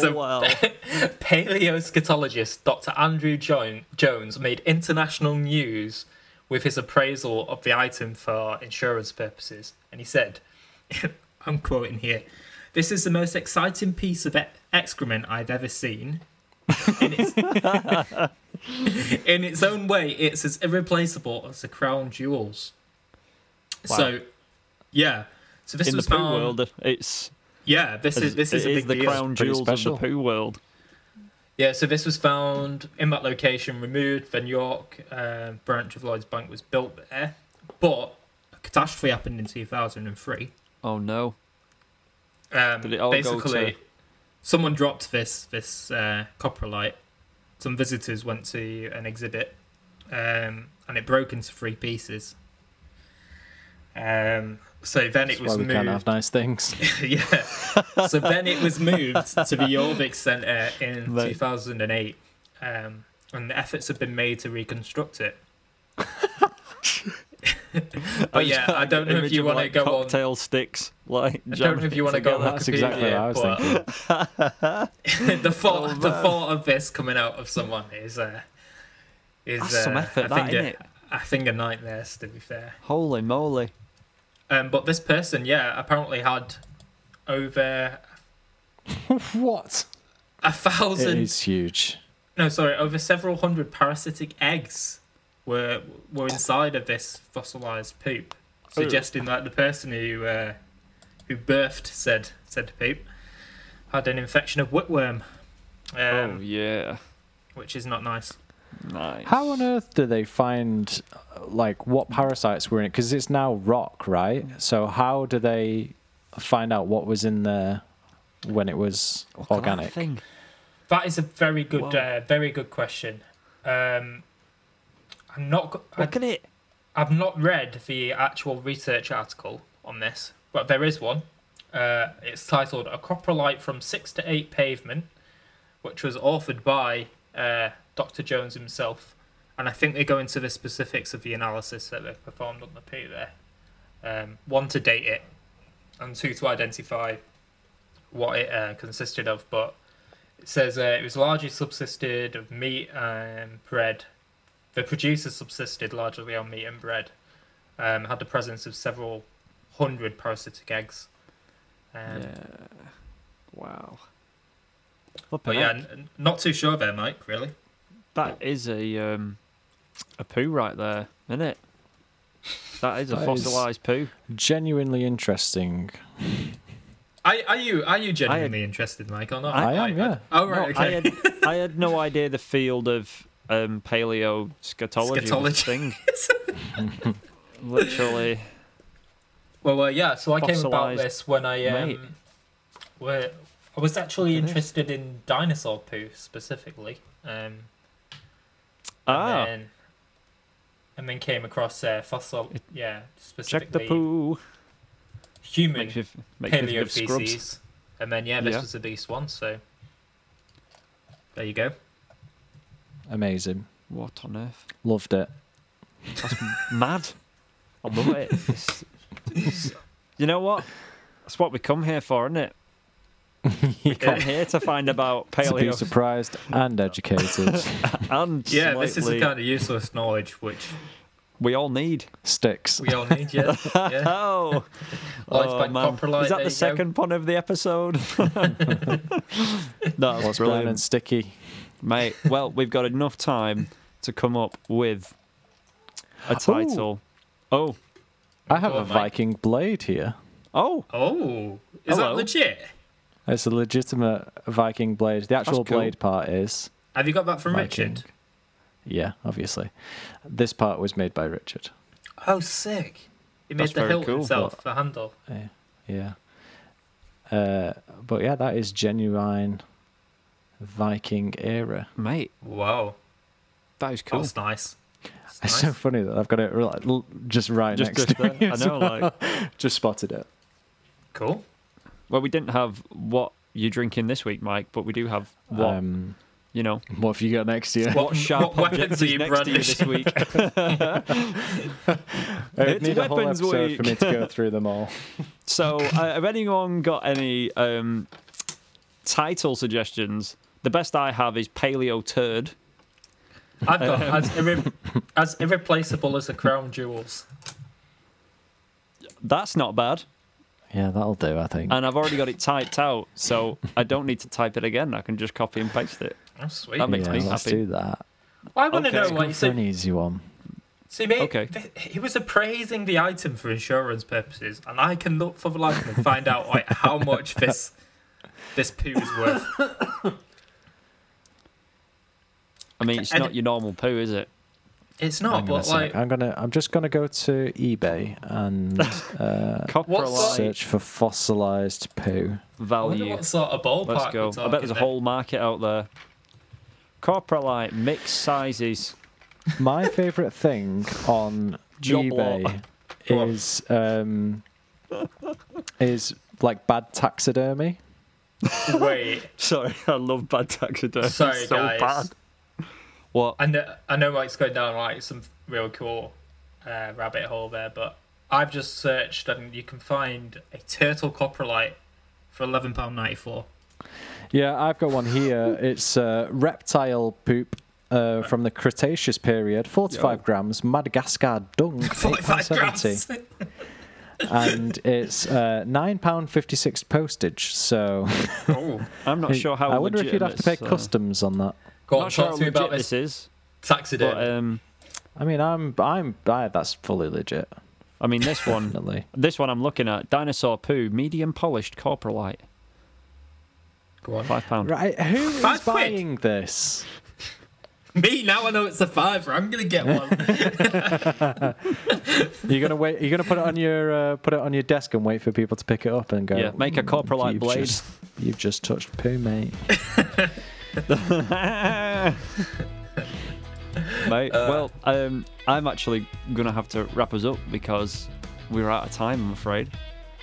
Speaker 3: So-
Speaker 1: well.
Speaker 4: paleoschatologist Dr. Andrew jo- Jones made international news with his appraisal of the item for insurance purposes, and he said,
Speaker 3: I'm quoting here. This is the most exciting piece of e- excrement I've ever seen. In its, in its own way, it's as irreplaceable as the crown jewels.
Speaker 1: Wow.
Speaker 3: So, yeah. So this
Speaker 1: In the
Speaker 3: was
Speaker 1: poo
Speaker 3: found.
Speaker 1: world, it's
Speaker 3: Yeah, this is this is
Speaker 1: it
Speaker 3: a
Speaker 1: is
Speaker 3: big
Speaker 1: the
Speaker 3: deal.
Speaker 1: crown
Speaker 2: Pretty
Speaker 1: jewels
Speaker 2: special.
Speaker 1: of the poo world.
Speaker 4: "Yeah, so this was found in that location, removed,
Speaker 3: Then York uh, branch of Lloyd's Bank was built there, but a catastrophe happened in 2003.
Speaker 1: Oh no.
Speaker 3: Um,
Speaker 1: Did it all go
Speaker 3: basically,
Speaker 1: to-
Speaker 3: someone dropped this this uh, coprolite. Some visitors went to an exhibit, um, and it broke into three pieces. Um, so then
Speaker 2: That's
Speaker 3: it was
Speaker 2: why we can't
Speaker 3: moved.
Speaker 2: have nice things.
Speaker 3: yeah. So then it was moved to the Jorvik Centre in
Speaker 1: Right.
Speaker 3: 2008, um, and efforts have been made to reconstruct it.
Speaker 1: Those,
Speaker 3: yeah, I
Speaker 1: like,
Speaker 3: don't know if
Speaker 1: image
Speaker 3: you
Speaker 1: of,
Speaker 3: wanna
Speaker 1: like,
Speaker 3: go on-
Speaker 1: cocktail sticks. Like,
Speaker 4: I don't know if you want to go on
Speaker 1: together.
Speaker 2: That's exactly what I was
Speaker 4: Wikipedia,
Speaker 2: thinking.
Speaker 3: the thought,
Speaker 1: Oh,
Speaker 3: the thought of this coming out of someone is uh, is
Speaker 1: That's
Speaker 3: uh,
Speaker 1: some effort,
Speaker 3: I
Speaker 1: that,
Speaker 3: think a-
Speaker 1: innit?
Speaker 3: I think a nightmare. To be fair,
Speaker 1: Holy moly!
Speaker 3: um, but this person, yeah, apparently had over
Speaker 2: what?
Speaker 3: a
Speaker 2: It
Speaker 3: thousand.
Speaker 2: is huge.
Speaker 3: No, sorry, over several hundred parasitic eggs were were inside of this fossilized poop, suggesting that the person who uh, who birthed said said poop had an infection of whipworm, um,
Speaker 1: oh yeah,
Speaker 3: which is not nice.
Speaker 1: nice.
Speaker 2: How on earth do they find, uh, like, what parasites were in it? Because it's now rock, right? So how do they find out what was in there when it was
Speaker 1: Look at that
Speaker 2: organic?
Speaker 1: thing.
Speaker 4: That is a very good,
Speaker 1: Whoa.
Speaker 4: uh, very good question. Um, I'm not. go- I,
Speaker 1: Look at it.
Speaker 4: I've not read the actual research article on this, but there is one. Uh, it's titled "A Coprolite from Six to Eight Pavement," which was authored by uh, Dr. Jones himself, and I think they go into the specifics of the analysis that they've performed on the poo there. Um, one to date it, and two to identify what it uh, consisted of. But it says uh, it was largely subsisted of meat and bread, the producers subsisted largely on meat and bread, um, had the presence of several hundred parasitic eggs. Um,
Speaker 1: yeah. Wow.
Speaker 3: But yeah, n- n- not too sure there, Mike. Really,
Speaker 1: That is a um, a poo right there, isn't it? That is a
Speaker 2: That is-
Speaker 1: fossilized poo.
Speaker 2: Genuinely interesting.
Speaker 3: are, are you are you genuinely interested, Mike, or not?
Speaker 2: I, am, yeah.
Speaker 3: Oh right,
Speaker 1: No, I
Speaker 3: okay.
Speaker 1: had I had no idea the field of um, paleo scatology, was a
Speaker 3: Scatology.
Speaker 1: thing. Literally,
Speaker 4: Well, uh, yeah. So I came about
Speaker 1: Fossilised
Speaker 4: this when I
Speaker 1: meat.
Speaker 4: um, were I was actually
Speaker 1: Look at this.
Speaker 4: interested in dinosaur poo specifically, um, and
Speaker 1: ah,
Speaker 4: then and then came across uh, fossil, yeah,
Speaker 1: check the
Speaker 4: specifically
Speaker 1: poo.
Speaker 4: human
Speaker 1: Makes you f- makes you think
Speaker 4: paleo
Speaker 1: of scrubs.
Speaker 4: feces, and then yeah, this
Speaker 1: Yeah.
Speaker 4: was the beast one. So
Speaker 3: there you go.
Speaker 2: Amazing.
Speaker 1: What on earth?
Speaker 2: Loved it.
Speaker 1: That's mad. I love it. It's- it's- you know what? That's what we come here for, isn't it? We come here to find about
Speaker 2: To be
Speaker 1: paleo
Speaker 2: surprised and educated.
Speaker 1: and
Speaker 3: Yeah, this is the
Speaker 1: slightly-
Speaker 3: kind of useless knowledge which
Speaker 1: we all need.
Speaker 2: Sticks.
Speaker 3: we all need. Yeah, yeah.
Speaker 1: Oh,
Speaker 4: Life
Speaker 1: oh,
Speaker 4: back
Speaker 1: man.
Speaker 4: copper light,
Speaker 1: is
Speaker 4: there you
Speaker 1: that
Speaker 4: go.
Speaker 1: the second pun of the episode? no,
Speaker 2: What's
Speaker 1: that's
Speaker 2: brown and
Speaker 1: brilliant,
Speaker 2: sticky?
Speaker 1: mate. Well, we've got enough time to come up with a title. Oh,
Speaker 2: I have
Speaker 3: Go
Speaker 2: a
Speaker 3: on, Mike.
Speaker 2: Viking blade here.
Speaker 1: oh,
Speaker 3: Oh, is
Speaker 1: Hello.
Speaker 3: that legit?
Speaker 2: It's a legitimate Viking blade. The actual
Speaker 1: cool.
Speaker 2: blade part is
Speaker 3: Have you got that from
Speaker 2: Viking.
Speaker 3: Richard?
Speaker 2: Yeah, obviously. This part was made by Richard.
Speaker 3: Oh, sick! He made
Speaker 1: That's
Speaker 3: the
Speaker 1: very
Speaker 3: hilt
Speaker 1: cool,
Speaker 3: himself, the handle.
Speaker 2: Yeah. Uh, but yeah, that is genuine Viking era.
Speaker 1: mate,
Speaker 3: Wow,
Speaker 1: that is
Speaker 3: cool.
Speaker 1: cool.
Speaker 3: that's nice. That's
Speaker 2: It's
Speaker 3: nice.
Speaker 2: so funny that I've got it re- l- just right
Speaker 1: Just,
Speaker 2: next
Speaker 1: just
Speaker 2: to me.
Speaker 1: there. I know, like,
Speaker 2: Just spotted it.
Speaker 3: cool.
Speaker 1: well, we didn't have what you're drinking this week, Mike, but we do have what
Speaker 2: Um,
Speaker 1: you know.
Speaker 2: what have you got next year?
Speaker 1: What sharp
Speaker 3: what
Speaker 1: object
Speaker 3: weapons are
Speaker 1: is
Speaker 3: you
Speaker 1: next to you
Speaker 3: brandishing?
Speaker 1: this week?
Speaker 2: I
Speaker 1: It's
Speaker 2: need a whole
Speaker 1: weapons
Speaker 2: episode
Speaker 1: week.
Speaker 2: for me to go through them all.
Speaker 1: So, uh, if anyone got any um, title suggestions, the best I have is Paleo Turd.
Speaker 4: I've got
Speaker 1: Um,
Speaker 4: as, irre- as irreplaceable as the crown jewels.
Speaker 1: That's not bad.
Speaker 2: Yeah, that'll do, I think.
Speaker 1: And I've already got it typed out, so I don't need to type it again. I can just copy and paste it.
Speaker 3: Oh, sweet.
Speaker 1: That makes
Speaker 2: yeah,
Speaker 1: me
Speaker 2: let's
Speaker 1: happy.
Speaker 2: do that.
Speaker 4: I want to
Speaker 1: Okay.
Speaker 4: know
Speaker 1: Let's
Speaker 4: what
Speaker 2: Go
Speaker 4: you
Speaker 2: for an
Speaker 4: said.
Speaker 2: easy one.
Speaker 4: See, mate,
Speaker 1: Okay.
Speaker 4: th-
Speaker 3: he was appraising the item for insurance purposes, and I can look for the life and find out like, how much this this poo is worth.
Speaker 1: I mean, it's
Speaker 3: And-
Speaker 1: not your normal poo, is it?
Speaker 3: It's
Speaker 2: Hang
Speaker 3: not,
Speaker 2: on a
Speaker 3: but
Speaker 2: sec.
Speaker 3: Oh, like,
Speaker 2: I'm gonna. I'm just gonna go to eBay and uh,
Speaker 1: Coprolite
Speaker 3: What's
Speaker 2: search for fossilized
Speaker 4: I
Speaker 2: poo.
Speaker 4: wonder
Speaker 1: value.
Speaker 4: what sort of ballpark
Speaker 1: Let's
Speaker 4: we're
Speaker 1: go. I
Speaker 4: talking
Speaker 1: bet there's a
Speaker 4: there.
Speaker 1: whole market out there. Coprolite, mixed sizes.
Speaker 2: My favorite thing on
Speaker 1: Job
Speaker 2: eBay
Speaker 1: lot.
Speaker 3: Go on.
Speaker 2: is um, is like bad taxidermy.
Speaker 3: wait.
Speaker 1: Sorry, I love bad taxidermy.
Speaker 4: Sorry,
Speaker 1: so
Speaker 4: guys.
Speaker 1: bad. What?
Speaker 4: I know, I know Mike's going down like some real cool uh, rabbit hole there, but I've just searched and you can find a turtle coprolite for eleven pound ninety four.
Speaker 2: Yeah, I've got one here. it's uh, reptile poop. Uh, from the Cretaceous period, 45 grams, Madagascar dung,
Speaker 3: 45 grams.
Speaker 2: 8.70, and it's uh, £9.56 postage. So
Speaker 3: oh.
Speaker 1: I'm not sure how.
Speaker 2: I wonder if you'd have to pay
Speaker 1: legitimate it's, uh,
Speaker 2: customs on that.
Speaker 4: Go on,
Speaker 1: Not sure how
Speaker 4: talk to me
Speaker 1: legit
Speaker 4: about
Speaker 1: this
Speaker 4: this
Speaker 1: is,
Speaker 4: taxidermy.
Speaker 1: but um,
Speaker 2: I mean, I'm, I'm, I, that's fully legit,
Speaker 1: I mean this one,
Speaker 2: definitely.
Speaker 1: this one I'm looking at dinosaur poo, medium polished coprolite,
Speaker 3: Go on.
Speaker 1: five pound.
Speaker 2: Right, who is
Speaker 3: Five quid.
Speaker 2: buying this?
Speaker 1: uh,
Speaker 3: Me now I know it's a fiver. I'm gonna get one.
Speaker 2: You're gonna wait. You're gonna put it on your uh, put it on your desk and wait for people to pick it up and go.
Speaker 1: Yeah, make a
Speaker 2: "Mm,
Speaker 1: coprolite
Speaker 2: you've
Speaker 1: blade."
Speaker 2: just- you've just touched poo, mate.
Speaker 1: Mate, well, um, I'm actually gonna have to wrap us up because we're out of time, I'm afraid.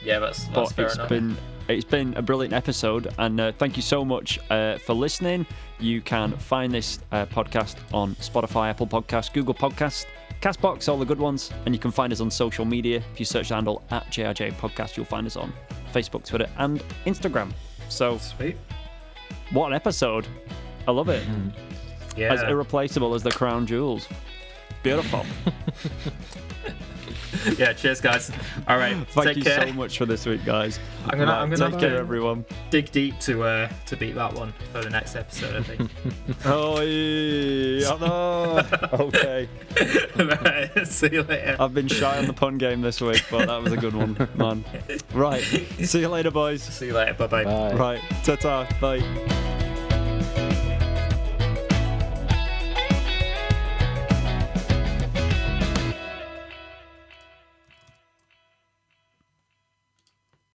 Speaker 4: yeah, that's, that's
Speaker 1: But
Speaker 4: fair
Speaker 1: it's
Speaker 4: enough.
Speaker 1: been it's been a brilliant episode, and uh, thank you so much uh, for listening. You can find this uh, podcast on Spotify, Apple Podcasts, Google Podcasts, Castbox, all the good ones, and you can find us on social media. If you search the handle at JRJ Podcast, you'll find us on Facebook, Twitter, and Instagram. So,
Speaker 3: Sweet.
Speaker 1: what an episode! I love it
Speaker 3: Yeah.
Speaker 1: as irreplaceable as the crown jewels. Beautiful.
Speaker 3: yeah. Cheers, guys. All right.
Speaker 1: Thank
Speaker 3: take
Speaker 1: you
Speaker 3: care.
Speaker 1: so much for this week, guys.
Speaker 3: I'm gonna. I'm gonna
Speaker 1: Take
Speaker 3: have
Speaker 1: care,
Speaker 3: to
Speaker 1: everyone.
Speaker 3: dig deep to uh to beat that one for the next episode. I think.
Speaker 1: Oh, no. okay.
Speaker 3: right, see you later.
Speaker 1: I've been shy on the pun game this week, but that was a good one, man. Right. See you later, boys.
Speaker 3: see you later. Bye bye.
Speaker 2: Bye.
Speaker 1: Right. Ta ta. Bye.